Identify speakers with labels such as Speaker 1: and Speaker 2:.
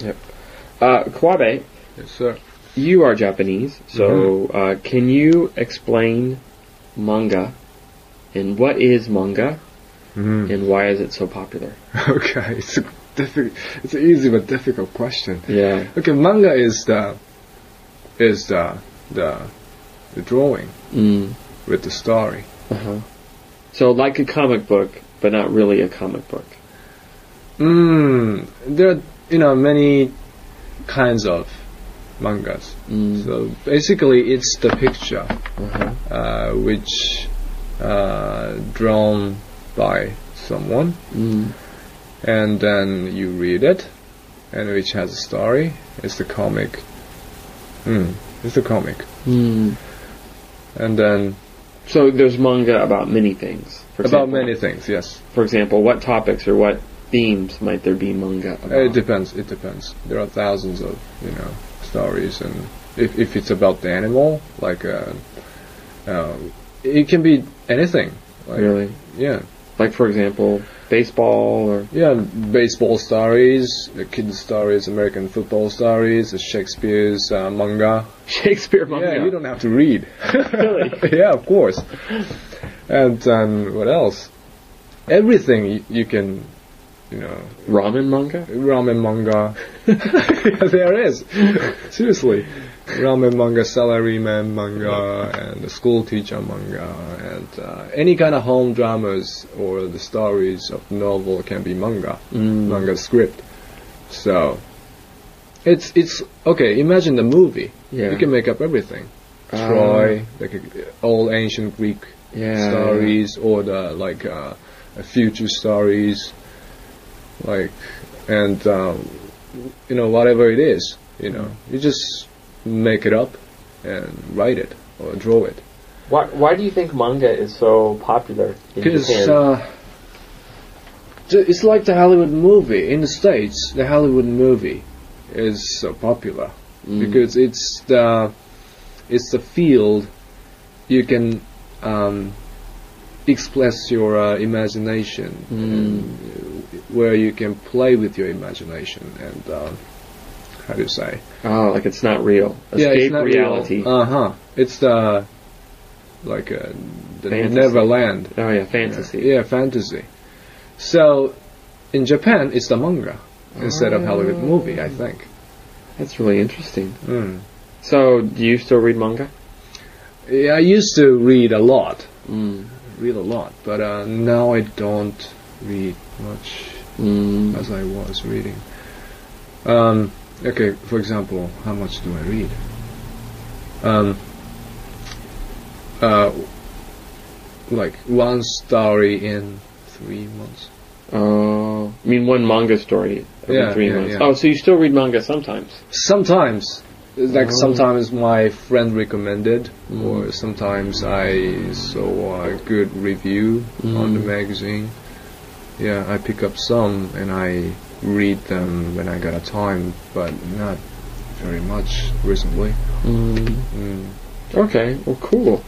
Speaker 1: Yep. Uh, Kwabe,
Speaker 2: Yes, sir.
Speaker 1: you are Japanese, so
Speaker 2: Mm-hmm.
Speaker 1: uh, can you explain manga? And what is manga?
Speaker 2: Mm.
Speaker 1: And why is it so popular?
Speaker 2: Okay, it's a difficult. It's an easy but difficult question.
Speaker 1: Yeah.
Speaker 2: Okay, manga is the is the the, the drawing
Speaker 1: Mm.
Speaker 2: with the story.
Speaker 1: Uh-huh. So like a comic book, but not really a comic book.
Speaker 2: Mm, there are you know many kinds of mangas.
Speaker 1: Mm.
Speaker 2: So basically, it's the picture
Speaker 1: Uh-huh.
Speaker 2: uh, which uh, drawn by someone,
Speaker 1: Mm.
Speaker 2: and then you read it, and which has a story. It's the comic. Mm, it's the comic,
Speaker 1: Mm.
Speaker 2: and then
Speaker 1: So there's manga about many things. For
Speaker 2: about
Speaker 1: example,
Speaker 2: many things. Yes,
Speaker 1: For example, what topics or what themes might there be manga about?
Speaker 2: Uh, it depends. It depends. There are thousands of you know stories, and if if it's about the animal, like uh, uh, it can be anything. Like,
Speaker 1: really?
Speaker 2: Yeah.
Speaker 1: Like for example, baseball or
Speaker 2: Yeah, baseball stories, uh, kids stories, American football stories, uh, Shakespeare's uh, manga.
Speaker 1: Shakespeare manga.
Speaker 2: Yeah, you don't have to read.
Speaker 1: really.
Speaker 2: yeah, of course. And um, what else? Everything you, you can, you know,
Speaker 1: Ramen manga?
Speaker 2: ramen manga. there is. Seriously. Ramen manga, salaryman manga, and the school teacher manga, and uh, any kind of home dramas or the stories of novel can be manga
Speaker 1: Mm.
Speaker 2: manga script. So it's it's okay. Imagine the movie.
Speaker 1: Yeah.
Speaker 2: You can make up everything.
Speaker 1: Ah.
Speaker 2: Troy, like uh, all ancient Greek
Speaker 1: Yeah.
Speaker 2: stories, or the like uh, future stories, like and um, you know whatever it is. You know,
Speaker 1: Mm.
Speaker 2: you just make it up and write it or draw it.
Speaker 1: Why, why do you think manga is so popular in
Speaker 2: Because uh, th- it's like the Hollywood movie in the States. The Hollywood movie is so popular
Speaker 1: Mm.
Speaker 2: because it's the it's the field you can um, express your uh,
Speaker 1: Mm.
Speaker 2: imagination, and, uh, where you can play with your imagination and um, how do you say?
Speaker 1: oh, like it's not real. Escape reality.
Speaker 2: Uh huh. It's the like uh, the
Speaker 1: Fantasy.
Speaker 2: Neverland.
Speaker 1: oh yeah, fantasy.
Speaker 2: Yeah, fantasy. So, in Japan, it's the manga instead of Hollywood movie,
Speaker 1: Ah.
Speaker 2: I think.
Speaker 1: That's really interesting.
Speaker 2: Mm.
Speaker 1: So, do you still read manga?
Speaker 2: Yeah, I used to read a lot,
Speaker 1: Mm.
Speaker 2: read a lot, but uh, now I don't read much
Speaker 1: Mm.
Speaker 2: as I was reading. Um, okay, for example, how much do I read? Um, uh, like one story in three months.
Speaker 1: Oh, I mean one manga story every
Speaker 2: Yeah,
Speaker 1: three
Speaker 2: yeah,
Speaker 1: months.
Speaker 2: yeah.
Speaker 1: Oh, so you still read manga sometimes?
Speaker 2: sometimes like
Speaker 1: Oh.
Speaker 2: sometimes my friend recommended or sometimes i saw a good review on the magazine yeah i pick up some and i read them when i got a time but not very much recently
Speaker 1: Mm.
Speaker 2: mm.
Speaker 1: Okay. Well, cool.